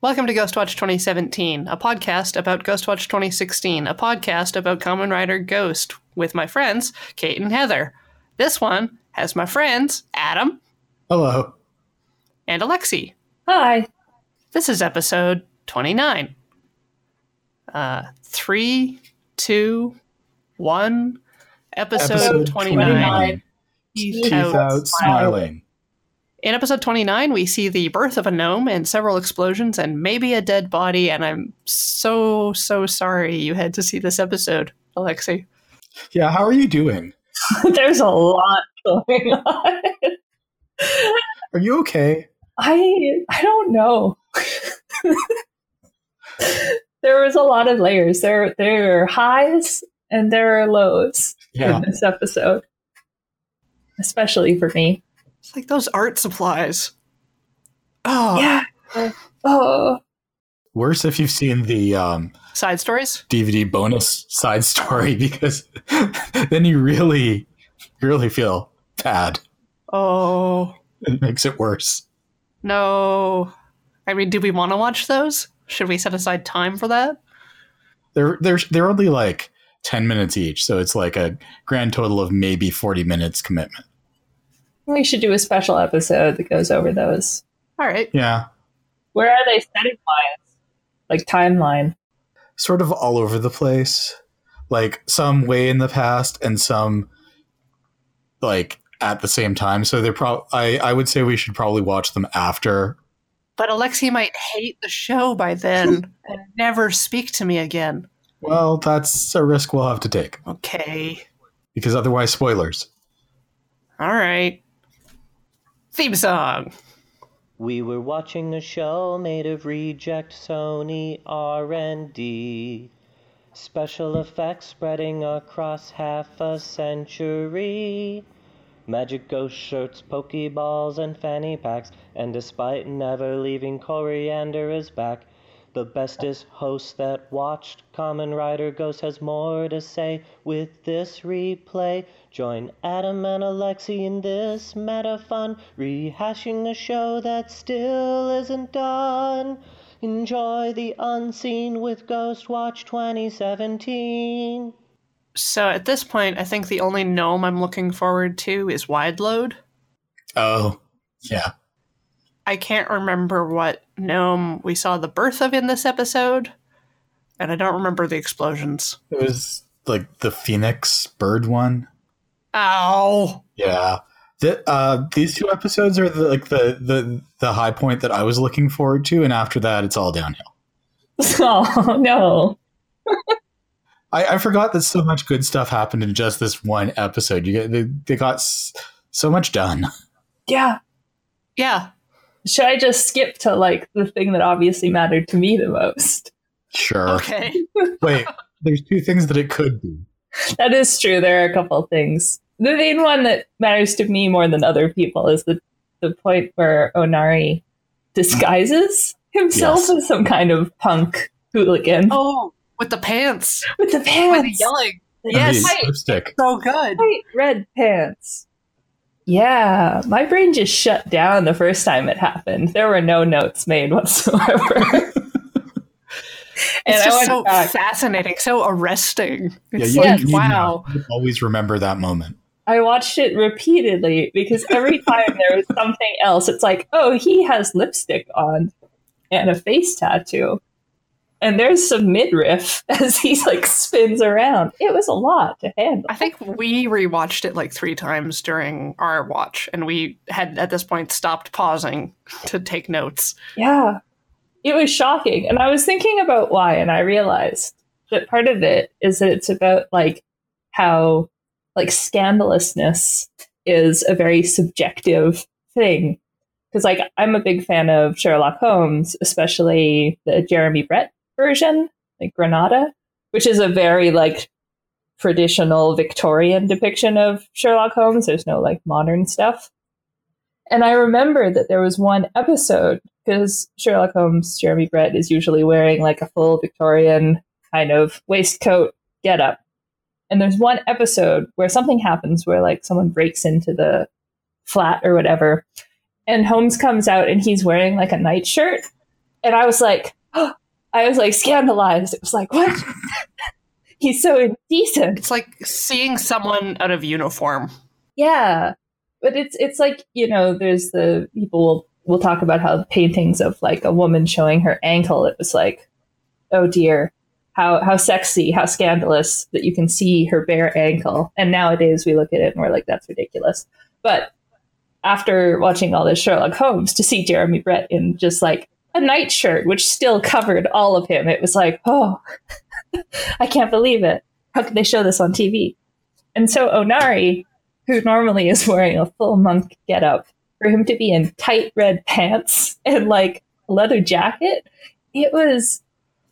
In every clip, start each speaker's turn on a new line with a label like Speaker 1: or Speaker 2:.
Speaker 1: Welcome to Ghostwatch 2017, a podcast about Ghostwatch 2016, a podcast about Common Rider Ghost with my friends, Kate and Heather. This one has my friends, Adam
Speaker 2: Hello.
Speaker 1: and Alexi.
Speaker 3: Hi.
Speaker 1: This is episode 29. Uh, three, two, one, episode, 29.
Speaker 3: 29.
Speaker 1: Teeth
Speaker 2: Teeth
Speaker 1: out.
Speaker 2: out, smiling.
Speaker 1: In episode 29, we see the birth of a gnome and several explosions and maybe a dead body. And I'm so, so sorry you had to see this episode, Alexi.
Speaker 2: Yeah, how are you doing?
Speaker 3: There's a lot going on.
Speaker 2: Are you okay?
Speaker 3: I I don't know. there was a lot of layers. There there are highs and there are lows in this episode. Especially for me.
Speaker 1: It's like those art supplies. Oh,
Speaker 3: Yeah. Oh.
Speaker 2: Worse if you've seen the um,
Speaker 1: side stories?
Speaker 2: DVD bonus side story because then you really, you really feel bad.
Speaker 1: Oh,
Speaker 2: It makes it worse.
Speaker 1: no. I mean, do we want to watch those? Should we set aside time for that?
Speaker 2: They're they're they're only like ten minutes each, so it's like a grand total of maybe forty minutes commitment.
Speaker 3: We should do a special episode that goes over those.
Speaker 1: All right.
Speaker 2: Yeah,
Speaker 3: Where are they setting wise? Like timeline.
Speaker 2: sort of all over the place, like some way in the past and some like at the same time. So they're probably. I I would say we should probably watch them after
Speaker 1: But Alexi might hate the show by then and never speak to me again.
Speaker 2: Well, that's a risk we'll have to take
Speaker 1: Okay.
Speaker 2: because otherwise, spoilers.
Speaker 1: All right. Theme song.
Speaker 4: We were watching a show made of reject Sony R&D. Special effects spreading across half a century. Magic ghost shirts, pokeballs, and fanny packs. And despite never leaving, Coriander is back. The bestest host that watched Common Rider Ghost has more to say with this replay. Join Adam and Alexi in this meta fun, rehashing a show that still isn't done. Enjoy the unseen with Ghost Watch 2017.
Speaker 1: So at this point, I think the only gnome I'm looking forward to is Wide Load.
Speaker 2: Oh, yeah.
Speaker 1: I can't remember what gnome we saw the birth of in this episode, and I don't remember the explosions.
Speaker 2: It was like the Phoenix bird one.
Speaker 1: Ow!
Speaker 2: Yeah. The, uh, these two episodes are the, like the, the the high point that I was looking forward to, and after that, it's all downhill.
Speaker 3: Oh no.
Speaker 2: I, I forgot that so much good stuff happened in just this one episode. You get they, they got s- so much done.
Speaker 3: Yeah.
Speaker 1: Yeah,
Speaker 3: Should I just skip to like the thing that obviously mattered to me the most?
Speaker 2: Sure.
Speaker 1: okay.
Speaker 2: Wait, there's two things that it could be.
Speaker 3: That is true. There are a couple of things. The main one that matters to me more than other people is the the point where Onari disguises himself
Speaker 2: Yes.
Speaker 3: as some kind of punk hooligan
Speaker 1: Oh, with the pants,
Speaker 3: with the
Speaker 1: with the
Speaker 3: pants,
Speaker 1: yelling.
Speaker 2: And
Speaker 1: Yes,
Speaker 2: the
Speaker 1: I-
Speaker 2: lipstick.
Speaker 1: so good.
Speaker 3: bright red pants. Yeah, my brain just shut down the first time it happened. There were no notes made whatsoever. and
Speaker 1: It's
Speaker 3: I
Speaker 1: just
Speaker 3: went
Speaker 1: so
Speaker 3: back.
Speaker 1: fascinating, so arresting. It's
Speaker 2: you
Speaker 1: like,
Speaker 2: can- you
Speaker 1: wow.
Speaker 2: can Always remember that moment.
Speaker 3: I watched it repeatedly because every time there was something else, it's like, oh, he has lipstick on and a face tattoo. And there's some midriff as he like spins around. It was a lot to handle.
Speaker 1: I think we rewatched it like three times during our watch, and we had at this point stopped pausing to take notes.
Speaker 3: Yeah. It was shocking. And I was thinking about why, and I realized that part of it is that it's about like how like scandalousness is a very subjective thing. Because like I'm a big fan of Sherlock Holmes, especially the Jeremy Brett version, like Granada, which is a very like traditional Victorian depiction of Sherlock Holmes. There's no like modern stuff. And I remember that there was one episode because Sherlock Holmes, Jeremy Brett is usually wearing like a full Victorian kind of waistcoat getup. And there's one episode where something happens where like someone breaks into the flat or whatever, and Holmes comes out and he's wearing like a nightshirt, and I was like, I was like scandalized. It was like, what? He's so indecent.
Speaker 1: It's like seeing someone out of uniform.
Speaker 3: Yeah, but it's it's like you know, there's the people will will talk about how paintings of like a woman showing her ankle. It was like, oh dear, how how sexy, how scandalous that you can see her bare ankle. And nowadays we look at it and we're like, that's ridiculous. But after watching all this Sherlock Holmes, to see Jeremy Brett in just like a nightshirt, which still covered all of him, it was like, oh, I can't believe it. How could they show this on TV? And so Onari, who normally is wearing a full monk getup, for him to be in tight red pants and like a leather jacket, it was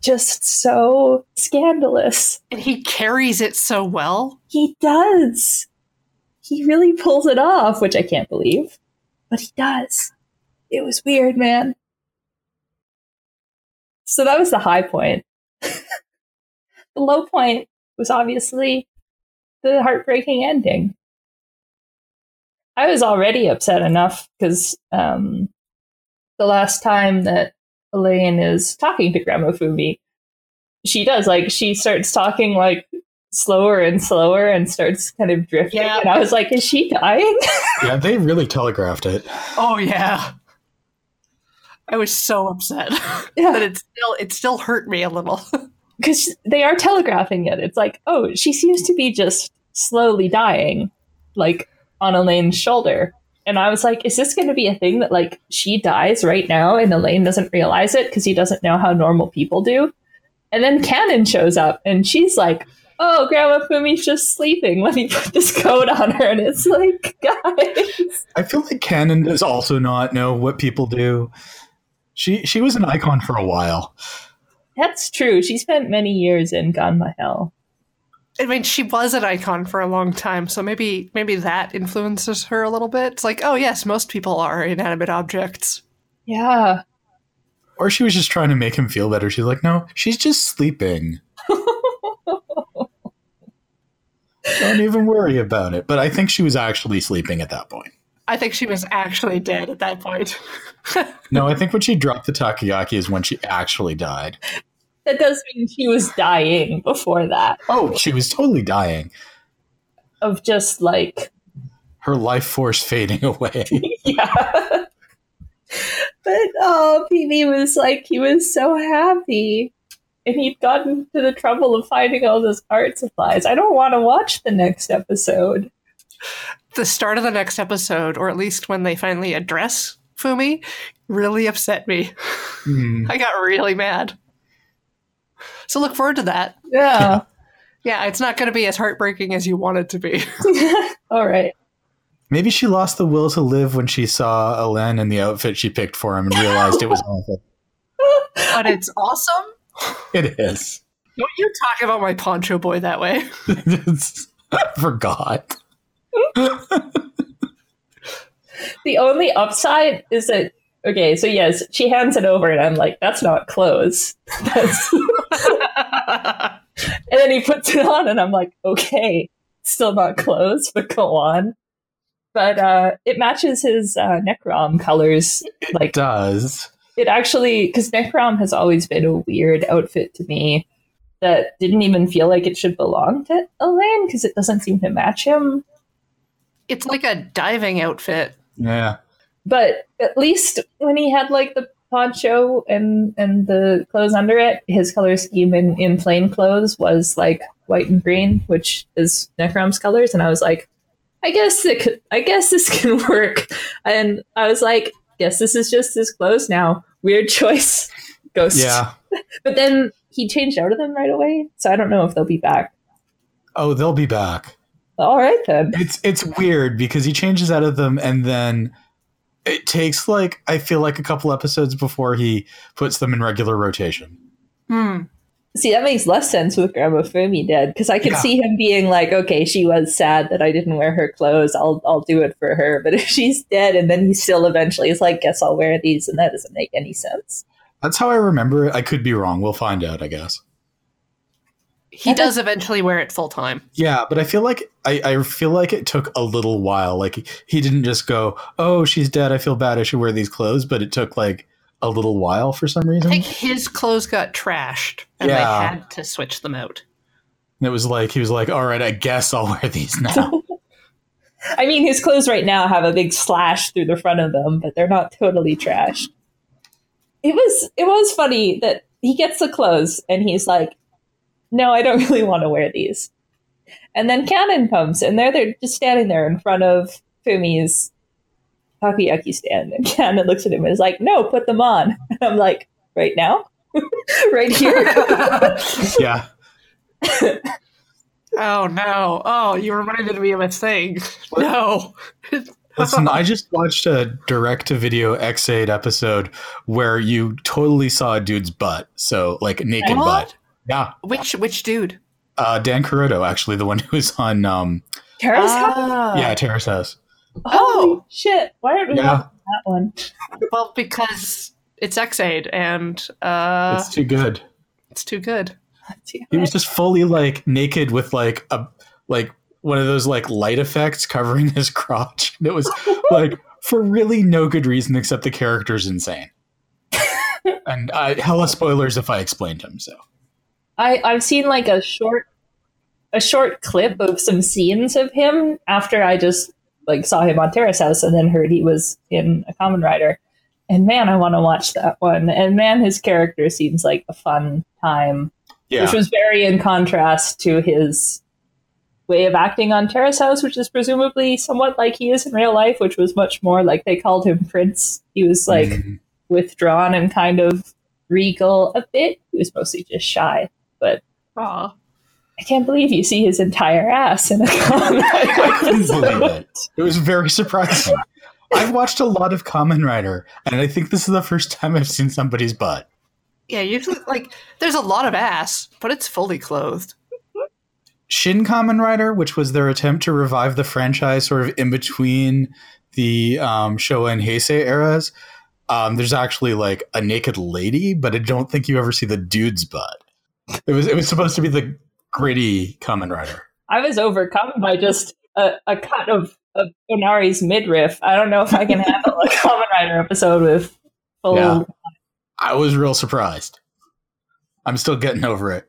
Speaker 3: just so scandalous.
Speaker 1: And he carries it so well.
Speaker 3: He does. He really pulls it off, which I can't believe, but he does. It was weird, man. So that was the high point. the low point was obviously the heartbreaking ending. I was already upset enough because um, the last time that Elaine is talking to Grandma Fumi, she does like she starts talking like slower and slower and starts kind of drifting.
Speaker 1: Yeah.
Speaker 3: And I was like, is she dying?
Speaker 2: Yeah, they really telegraphed it.
Speaker 1: Oh yeah. I was so upset.
Speaker 3: Yeah.
Speaker 1: but it still it still hurt me a little.
Speaker 3: because they are telegraphing it. It's like, oh, she seems to be just slowly dying, like on Elaine's shoulder. And I was like, is this going to be a thing that like she dies right now and Elaine doesn't realize it because he doesn't know how normal people do? And then Canon shows up and she's like, oh, Grandma Fumi's just sleeping. Let me put this coat on her. And it's like, guys.
Speaker 2: I feel like Canon does also not know what people do. She she was an icon for a while.
Speaker 3: That's true. She spent many years in Ganma Hell.
Speaker 1: I mean, she was an icon for a long time, so maybe maybe that influences her a little bit. It's like, oh yes, most people are inanimate objects.
Speaker 3: Yeah.
Speaker 2: Or she was just trying to make him feel better. She's like, no, she's just sleeping. Don't even worry about it. But I think she was actually sleeping at that point.
Speaker 1: I think she was actually dead at that point.
Speaker 2: No, I think when she dropped the takoyaki is when she actually died.
Speaker 3: That does mean she was dying before that
Speaker 2: Oh, she was totally dying.
Speaker 3: of just like
Speaker 2: Her life force fading away.
Speaker 3: yeah. but oh, PB was like he was so happy, and he'd gotten to the trouble of finding all those art supplies. I don't want to watch the next episode.
Speaker 1: the start of the next episode, or at least when they finally address Fumi, really upset me.
Speaker 2: Hmm.
Speaker 1: I got really mad. So look forward to that.
Speaker 3: Yeah.
Speaker 1: Yeah, it's not going to be as heartbreaking as you want it to be.
Speaker 3: all right.
Speaker 2: Maybe she lost the will to live when she saw Elen in the outfit she picked for him and realized it was awful.
Speaker 1: but it's awesome.
Speaker 2: It is.
Speaker 1: Don't you talk about my poncho boy that way.
Speaker 2: I forgot.
Speaker 3: The only upside is that okay. So yes, she hands it over, and I'm like, that's not clothes. That's And then he puts it on, and I'm like, okay, still not clothes, but go on. But uh, it matches his uh, Necrom colors.
Speaker 2: It does.
Speaker 3: It actually, because Necrom has always been a weird outfit to me that didn't even feel like it should belong to Elaine because it doesn't seem to match him.
Speaker 1: it's like a diving outfit.
Speaker 2: Yeah.
Speaker 3: But at least when he had like the poncho and and the clothes under it, his color scheme in, in plain clothes was like white and green, which is Necrom's colors, and I was like, I guess it could, I guess this can work. And I was like, guess this is just his clothes now. Weird choice. Ghost.
Speaker 2: Yeah.
Speaker 3: But then he changed out of them right away, so I don't know if they'll be back.
Speaker 2: Oh, they'll be back.
Speaker 3: All right then.
Speaker 2: It's it's weird because he changes out of them and then it takes like I feel like a couple episodes before he puts them in regular rotation.
Speaker 1: Hmm.
Speaker 3: See, that makes less sense with Grandma Fumi dead because I could
Speaker 2: Yeah.
Speaker 3: see him being like, "Okay, she was sad that I didn't wear her clothes. I'll I'll do it for her." But if she's dead, and then he still eventually is like, "Guess I'll wear these," and that doesn't make any sense.
Speaker 2: That's how I remember it. I could be wrong. We'll find out, I guess.
Speaker 1: He does eventually wear it full time.
Speaker 2: Yeah, but I feel like I, I feel like it took a little while. Like he didn't just go, "Oh, she's dead. I feel bad. I should wear these clothes." But it took like a little while for some
Speaker 1: I
Speaker 2: reason.
Speaker 1: think his clothes got trashed and
Speaker 2: Yeah.
Speaker 1: they had to switch them out.
Speaker 2: And it was like he was like, "All right, I guess I'll wear these now."
Speaker 3: I mean, his clothes right now have a big slash through the front of them, but they're not totally trashed. It was it was funny that he gets the clothes and he's like, "No, I don't really want to wear these." And then Canon comes, and there they're just standing there in front of Fumi's takoyaki stand, and Canon looks at him and is like, "No, put them on." And I'm like, "Right now, right here."
Speaker 2: yeah,
Speaker 1: Oh no! Oh, you reminded me of a thing. No.
Speaker 2: listen, I just watched a direct-to-video X8 episode where you totally saw a dude's butt, so like naked
Speaker 1: What?
Speaker 2: butt. Yeah,
Speaker 1: Which which dude?
Speaker 2: uh, Dan Caroto, actually, the one who was on, um,
Speaker 3: Kara's
Speaker 1: Ah.
Speaker 2: yeah, Terrace House.
Speaker 3: Holy
Speaker 1: Oh.
Speaker 3: shit! Why aren't we
Speaker 2: Yeah.
Speaker 3: watching that one?
Speaker 1: Well, because it's X-Aid and uh,
Speaker 2: it's too good.
Speaker 1: it's too good.
Speaker 2: He was just fully like naked with like a like one of those like light effects covering his crotch. And it was like for really no good reason except the character's insane. and I hella spoilers if I explained him. So
Speaker 3: I I've seen like a short a short clip of some scenes of him after I just like saw him on Terrace House and then heard he was in a Common Rider. And man, I want to watch that one. And man, his character seems like a fun time, which was very in contrast to his way of acting on Terrace House, which is presumably somewhat like he is in real life, which was much more like they called him Prince. He was like
Speaker 2: Mhm.
Speaker 3: withdrawn and kind of regal a bit. He was mostly just shy, but
Speaker 1: Aw.
Speaker 3: I can't believe you see his entire ass in a comic.
Speaker 2: couldn't believe it. It was very surprising. I've watched a lot of Common Rider, and I think this is the first time I've seen somebody's butt.
Speaker 1: Yeah, usually like there's a lot of ass, but it's fully clothed.
Speaker 2: Shin Kamen Rider, which was their attempt to revive the franchise sort of in between the um, Showa and Heisei eras, um, there's actually like a naked lady, but I don't think you ever see the dude's butt. It was it was supposed to be the gritty Kamen Rider.
Speaker 3: I was overcome by just a, a cut of, of Onari's midriff. I don't know if I can handle a Common Rider episode with full.
Speaker 2: Yeah. I was real surprised. I'm still getting over it.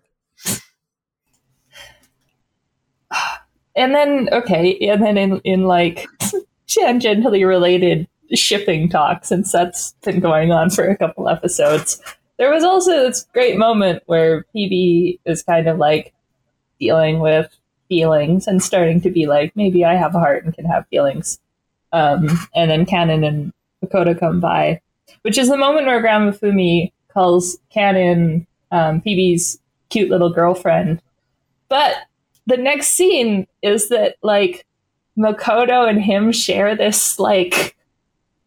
Speaker 3: And then, okay, and then in, in like tangentially related shipping talk, since that's been going on for a couple episodes, there was also this great moment where PB is kind of like dealing with feelings and starting to be like, maybe I have a heart and can have feelings. Um, and then Canon and Makoto come by, which is the moment where Grandma Fumi calls Canon um, PB's cute little girlfriend. But the next scene is that like Makoto and him share this like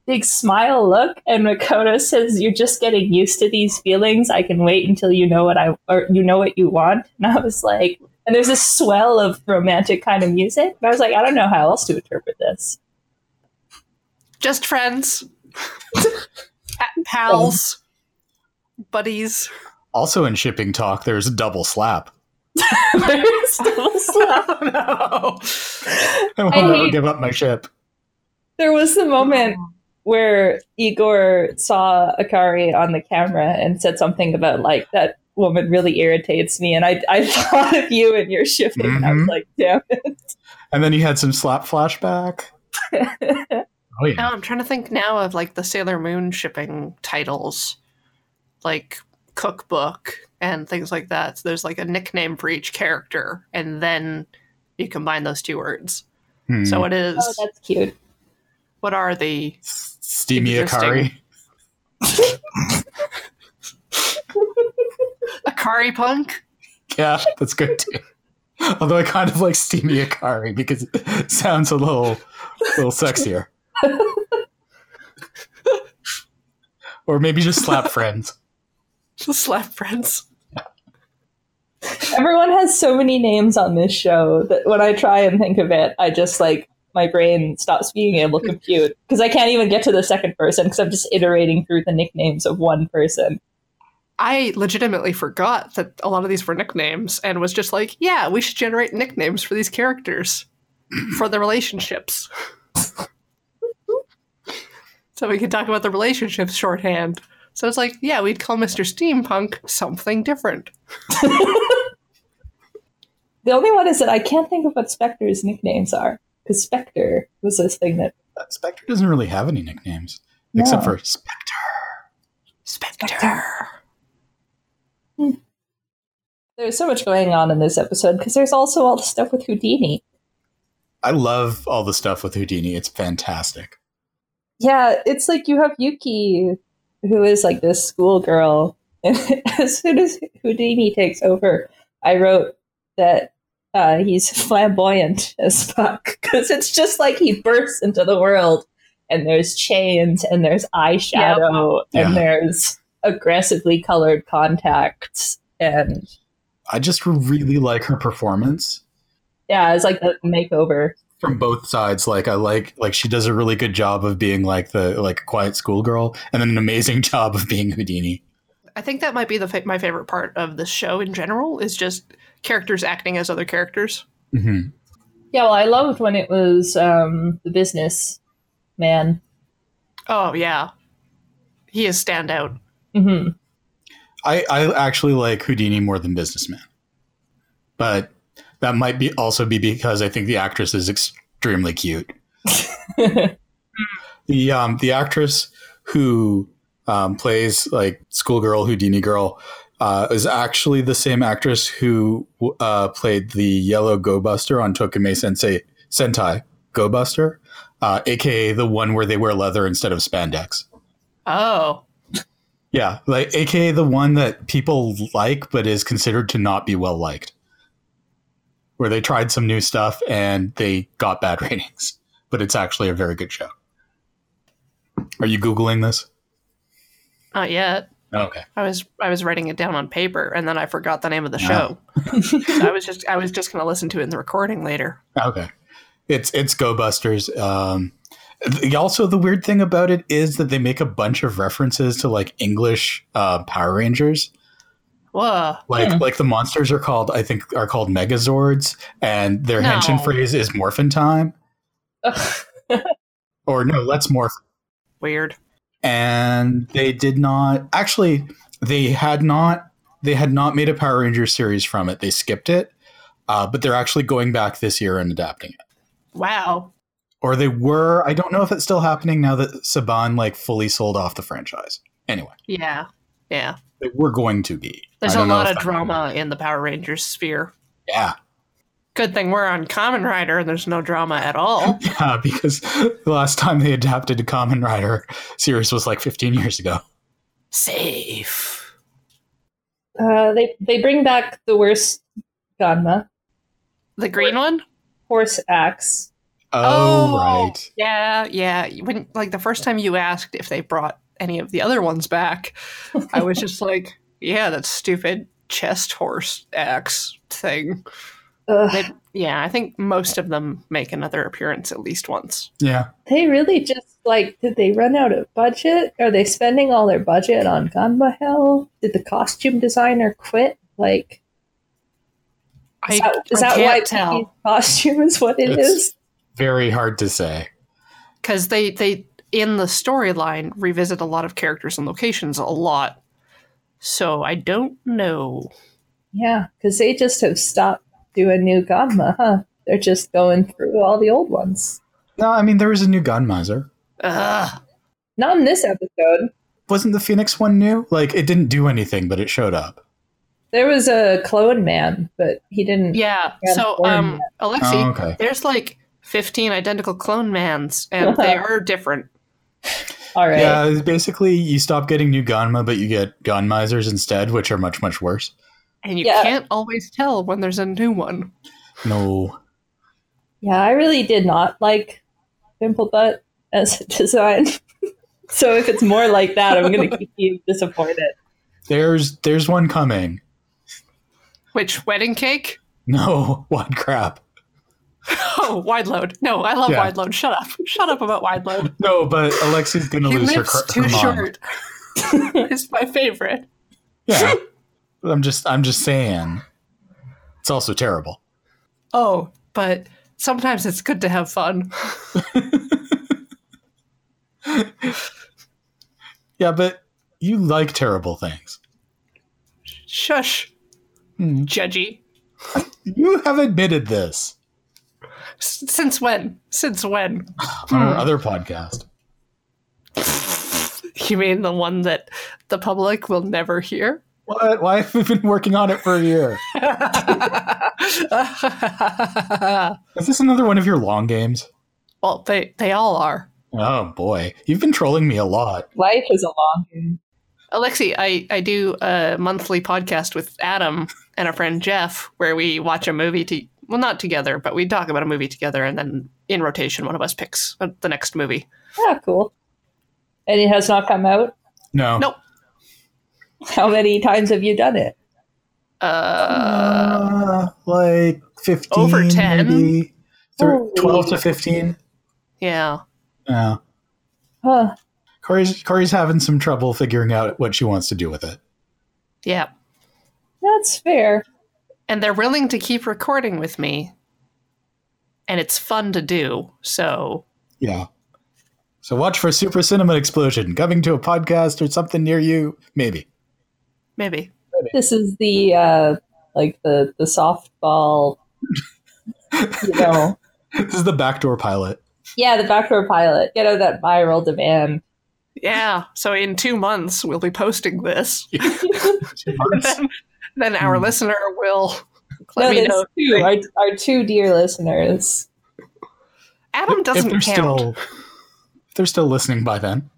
Speaker 3: big smile look, and Makoto says, "You're just getting used to these feelings. I can wait until you know what I or you know what you want." And I was like, and there's this swell of romantic kind of music. And I was like, I don't know how else to interpret this.
Speaker 1: Just friends, Pa- pals, buddies.
Speaker 2: Also in shipping talk, there's a double slap.
Speaker 3: There's double slap.
Speaker 1: Oh no!
Speaker 2: I will never
Speaker 3: hate-
Speaker 2: give up my ship.
Speaker 3: There was the moment where Igor saw Akari on the camera and said something about like that woman really irritates me, and I I thought of you and your shipping, and I was
Speaker 2: Mhm.
Speaker 3: like, damn.
Speaker 2: And then you had some slap flashback. Oh yeah.
Speaker 1: Now I'm trying to think now of like the Sailor Moon shipping titles, like cookbook and things like that. So there's like a nickname for each character, and then you combine those two words.
Speaker 2: Hmm.
Speaker 1: So it is.
Speaker 3: Oh, that's cute.
Speaker 1: what are the?
Speaker 2: Steamy
Speaker 1: Interesting.
Speaker 2: Akari.
Speaker 1: Akari Punk?
Speaker 2: Yeah, that's good too. Although I kind of like Steamy Akari because it sounds a little, little sexier. or maybe just slap friends.
Speaker 1: Just slap friends.
Speaker 3: Everyone has so many names on this show that when I try and think of it, I just like my brain stops being able to compute because I can't even get to the second person because I'm just iterating through the nicknames of one person.
Speaker 1: I legitimately forgot that a lot of these were nicknames and was just like, yeah, we should generate nicknames for these characters for the relationships. so we can talk about the relationships shorthand So it's like, yeah, we'd call Mr. Steampunk something different.
Speaker 3: The only one is that I can't think of what Spectre's nicknames are because Spectre was this thing that
Speaker 2: Uh, Spectre doesn't really have any nicknames
Speaker 3: No.
Speaker 2: except for Spectre.
Speaker 1: Spectre.
Speaker 3: there's so much going on in this episode because there's also all the stuff with Houdini.
Speaker 2: I love all the stuff with Houdini. It's fantastic.
Speaker 3: Yeah, it's like you have Yuki, who is like this schoolgirl, and as soon as Houdini takes over, I wrote that uh, he's flamboyant as fuck because it's just like he bursts into the world, and there's chains, and there's eyeshadow,
Speaker 2: Yeah.
Speaker 3: and there's aggressively colored contacts, and
Speaker 2: I just really like her performance
Speaker 3: yeah, it's like the makeover.
Speaker 2: from both sides. Like I like like she does a really good job of being like the like quiet schoolgirl, and then an amazing job of being Houdini.
Speaker 1: I think that might be the fa- my favorite part of the show in general is just characters acting as other characters.
Speaker 2: hmm
Speaker 3: Yeah, well, I loved when it was um, the business man.
Speaker 1: Oh yeah, he is standout.
Speaker 3: hmm
Speaker 2: I, I actually like Houdini more than Businessman, but that might be also be because I think the actress is extremely cute. the um, the actress who um, plays like schoolgirl Houdini girl uh, is actually the same actress who uh, played the yellow Go Buster on Tokime Sensei Sentai Go Buster, uh, aka the one where they wear leather instead of spandex.
Speaker 1: Oh,
Speaker 2: Yeah, like aka the one that people like but is considered to not be well liked. Where they tried some new stuff and they got bad ratings, but it's actually a very good show. Are you googling this?
Speaker 1: not yet.
Speaker 2: Okay.
Speaker 1: I was I was writing it down on paper and then I forgot the name of the
Speaker 2: Yeah.
Speaker 1: show. so I was just I was just going to listen to it in the recording later.
Speaker 2: Okay. It's it's Go Busters. Um the- also the weird thing about it is that they make a bunch of references to like English uh, Power Rangers.
Speaker 1: Whoa.
Speaker 2: Like
Speaker 3: Hmm.
Speaker 2: like the monsters are called I think are called Megazords and their
Speaker 1: No.
Speaker 2: henchman phrase is Morphin Time.
Speaker 3: Ugh.
Speaker 2: Or no, let's morph
Speaker 1: Weird.
Speaker 2: and they did not actually they had not they had not made a power rangers series from it they skipped it uh, but they're actually going back this year and adapting it
Speaker 1: Wow.
Speaker 2: or they were i don't know if it's still happening now that saban like fully sold off the franchise anyway
Speaker 1: Yeah. Yeah.
Speaker 2: they were going to be
Speaker 1: There's
Speaker 2: I
Speaker 1: a
Speaker 2: don't know
Speaker 1: lot
Speaker 2: if
Speaker 1: of
Speaker 2: that-
Speaker 1: drama in the Power Rangers sphere.
Speaker 2: yeah
Speaker 1: Good thing we're on Common Rider and there's no drama at all.
Speaker 2: yeah because the last time they adapted a common rider series was like 15 years ago
Speaker 1: Safe.
Speaker 3: Uh, they they bring back the worst Ganma
Speaker 1: The green one?
Speaker 3: horse axe.
Speaker 2: oh,
Speaker 1: Oh.
Speaker 2: right
Speaker 1: Yeah, yeah. When like the first time you asked if they brought any of the other ones back, I was just like, yeah, that stupid chest horse axe thing.
Speaker 3: Ugh.
Speaker 1: They, yeah, I think most of them make another appearance at least once.
Speaker 2: yeah
Speaker 3: They really just like did they run out of budget? Are they spending all their budget on Ganma hell? Did the costume designer quit? Like is
Speaker 1: I,
Speaker 3: that, is
Speaker 1: I
Speaker 3: that
Speaker 1: can't
Speaker 3: why
Speaker 1: tell
Speaker 3: Pinky's costume is what it
Speaker 2: It's-
Speaker 3: is?
Speaker 2: very hard to say
Speaker 1: because they they in the storyline revisit a lot of characters and locations a lot. So I don't know.
Speaker 3: Yeah, because they just have stopped doing new Ganma, huh? They're just going through all the old ones.
Speaker 2: no i mean there was a new gun miser
Speaker 1: Ugh.
Speaker 3: Not in this episode.
Speaker 2: wasn't the Phoenix one new? Like it didn't do anything, but it showed up.
Speaker 3: There was a clone man, but he didn't.
Speaker 1: Yeah.
Speaker 3: Yeah,
Speaker 1: So
Speaker 3: or-
Speaker 1: um, Alexi,
Speaker 2: Oh, okay.
Speaker 1: There's like 15 identical clone mans, and they are different.
Speaker 3: All right.
Speaker 2: Yeah, it's basically you stop getting new Ganma, but you get Gun Misers instead, which are much much worse.
Speaker 1: And you
Speaker 3: Yeah.
Speaker 1: can't always tell when there's a new one.
Speaker 2: No,
Speaker 3: Yeah, I really did not like Pimple Butt as a design. so if it's more like that, I'm going to be disappointed.
Speaker 2: there's there's one coming.
Speaker 1: Which wedding cake?
Speaker 2: No, what crap?
Speaker 1: Oh, wide load. No, I love
Speaker 2: Yeah.
Speaker 1: wide load. Shut up. Shut up about wide load.
Speaker 2: No, but Alexi's gonna
Speaker 1: He
Speaker 2: lose her,
Speaker 1: lives
Speaker 2: cr-
Speaker 1: too
Speaker 2: her mom.
Speaker 1: short. it's my favorite.
Speaker 2: Yeah, I'm just I'm just saying. It's also terrible.
Speaker 1: Oh, but sometimes it's good to have fun.
Speaker 2: Yeah, but You like terrible things.
Speaker 1: Shush,
Speaker 2: Hmm.
Speaker 1: judgy.
Speaker 2: You have admitted this
Speaker 1: S- since when? Since when?
Speaker 2: on
Speaker 1: Hmm.
Speaker 2: our other podcast.
Speaker 1: You mean the one that the public will never hear?
Speaker 2: What? Why have we been working on it for a year?
Speaker 1: well,
Speaker 2: Is this another one of your long games?
Speaker 1: they they all are.
Speaker 2: Oh boy, you've been trolling me a lot.
Speaker 3: Life is a long game.
Speaker 1: Alexi, I, I do a monthly podcast with Adam and our friend Jeff where we watch a movie to well not together, but we talk about a movie together and then in rotation one of us picks the next movie.
Speaker 3: Yeah, cool. And it has not come out.
Speaker 2: No,
Speaker 1: Nope.
Speaker 3: How many times have you done it?
Speaker 1: Uh,
Speaker 2: Uh, like fifteen,
Speaker 1: Over 10?
Speaker 2: maybe Thir-
Speaker 3: Oh.
Speaker 2: twelve to fifteen.
Speaker 1: yeah.
Speaker 2: Yeah,
Speaker 3: Huh.
Speaker 2: Corey's Corey's having some trouble figuring out what she wants to do with it.
Speaker 1: Yeah.
Speaker 3: That's fair.
Speaker 1: And they're willing to keep recording with me. And it's fun to do. So
Speaker 2: Yeah. So watch for Super Cinema Explosion coming to a podcast or something near you, maybe.
Speaker 1: maybe.
Speaker 3: This is the uh like the the softball you know.
Speaker 2: This is the backdoor pilot.
Speaker 3: Yeah, the backdoor pilot. You know that viral demand.
Speaker 1: Yeah. So in two months we'll be posting this. then, then our
Speaker 2: Hmm.
Speaker 1: listener will
Speaker 3: no,
Speaker 1: let me
Speaker 3: there's
Speaker 1: know.
Speaker 3: two our, our two dear listeners.
Speaker 1: Adam doesn't count.
Speaker 2: still if they're still listening by then.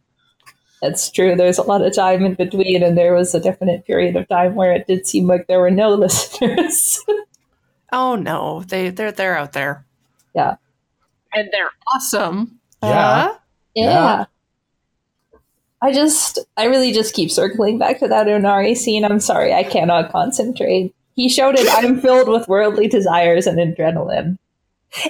Speaker 3: That's true. There's a lot of time in between, and there was a definite period of time where it did seem like there were no listeners.
Speaker 1: Oh no, they they're they're out there.
Speaker 3: Yeah.
Speaker 1: And they're awesome.
Speaker 2: Yeah.
Speaker 1: Uh,
Speaker 3: yeah.
Speaker 2: Yeah.
Speaker 3: I just, I really just keep circling back to that Onari scene. I'm sorry, I cannot concentrate. He showed it. I'm filled with worldly desires and adrenaline,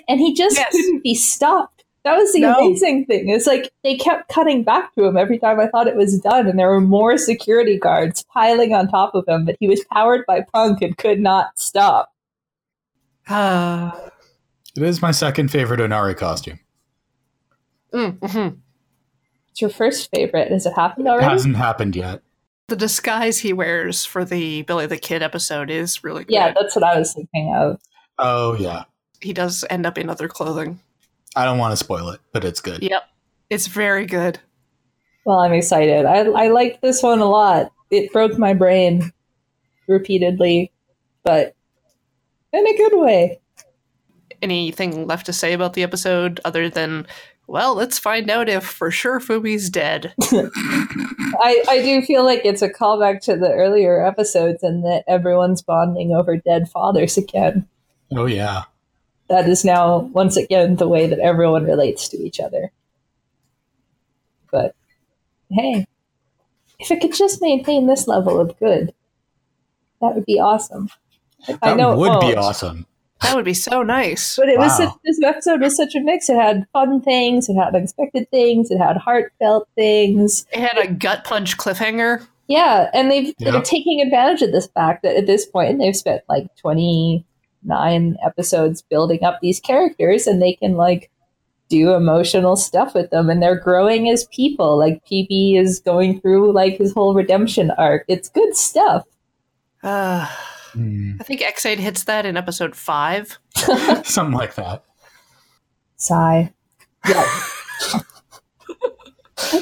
Speaker 3: and he just
Speaker 1: Yes.
Speaker 3: couldn't be stopped. That was the
Speaker 1: No.
Speaker 3: amazing thing. It's like they kept cutting back to him every time I thought it was done, and there were more security guards piling on top of him. But he was powered by punk and could not stop.
Speaker 1: uh,
Speaker 2: It is my second favorite Onari costume.
Speaker 1: mm, mhm.
Speaker 3: It's your first favorite. Has it happened already?
Speaker 2: It hasn't happened yet.
Speaker 1: The disguise he wears for the Billy the Kid episode is really good.
Speaker 3: yeah, that's what I was thinking of.
Speaker 2: Oh yeah.
Speaker 1: he does end up in other clothing.
Speaker 2: I don't want to spoil it, but it's good.
Speaker 1: Yep. It's very good.
Speaker 3: Well, I'm excited. I, I liked this one a lot. It broke my brain repeatedly, but in a good way.
Speaker 1: Anything left to say about the episode other than well, let's find out if for sure Fubi's dead.
Speaker 3: I, I do feel like it's a callback to the earlier episodes and that everyone's bonding over dead fathers again.
Speaker 2: Oh yeah.
Speaker 3: That is now, once again, the way that everyone relates to each other. But hey, if it could just maintain this level of good, that would be awesome.
Speaker 2: That
Speaker 3: I know it
Speaker 2: would be
Speaker 3: won't.
Speaker 2: awesome.
Speaker 1: that would be so nice.
Speaker 3: But it was
Speaker 2: Wow.
Speaker 3: such, this episode was such a mix. It had fun things, it had unexpected things, it had heartfelt things.
Speaker 1: It had a gut punch cliffhanger.
Speaker 3: Yeah, and they've
Speaker 2: Yeah.
Speaker 3: they're taking advantage of this fact that at this point they've spent like twenty nine episodes building up these characters, and they can like do emotional stuff with them, and they're growing as people. Like PB is going through like his whole redemption arc. It's good stuff.
Speaker 1: Uh,
Speaker 2: Hmm.
Speaker 1: I think X8 hits that in episode five.
Speaker 2: Something like that.
Speaker 3: Sigh. Yeah.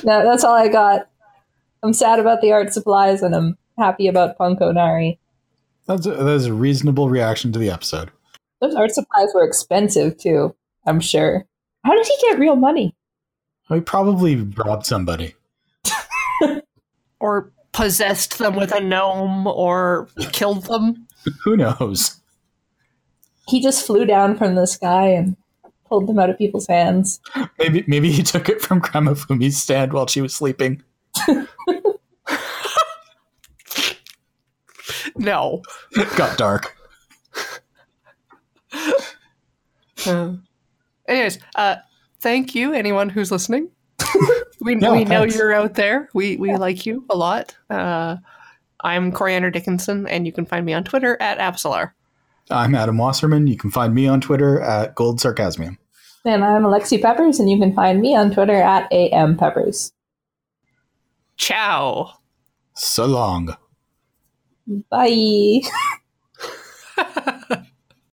Speaker 3: no, that's all I got. I'm sad about the art supplies, and I'm happy about Punk Onari.
Speaker 2: That's a, that is a reasonable reaction to the episode.
Speaker 3: Those art supplies were expensive too, I'm sure. How did he get real money?
Speaker 2: We probably robbed somebody.
Speaker 1: or possessed them with a gnome or killed them.
Speaker 2: Who knows?
Speaker 3: He just flew down from the sky and pulled them out of people's hands.
Speaker 2: Maybe maybe he took it from Grandma Fumi's stand while she was sleeping.
Speaker 1: No.
Speaker 2: Got dark.
Speaker 1: anyways, uh, thank you, anyone who's listening. we
Speaker 2: Yeah,
Speaker 1: we know
Speaker 2: thanks.
Speaker 1: you're out there. We we like you a lot. Uh, I'm Coriander Dickinson, and you can find me on Twitter at Absolar.
Speaker 2: I'm Adam Wasserman. You can find me on Twitter at Gold Sarcasmium.
Speaker 3: And I'm Alexi Peppers, and you can find me on Twitter at AM Peppers.
Speaker 1: Ciao.
Speaker 2: So long.
Speaker 3: Bye.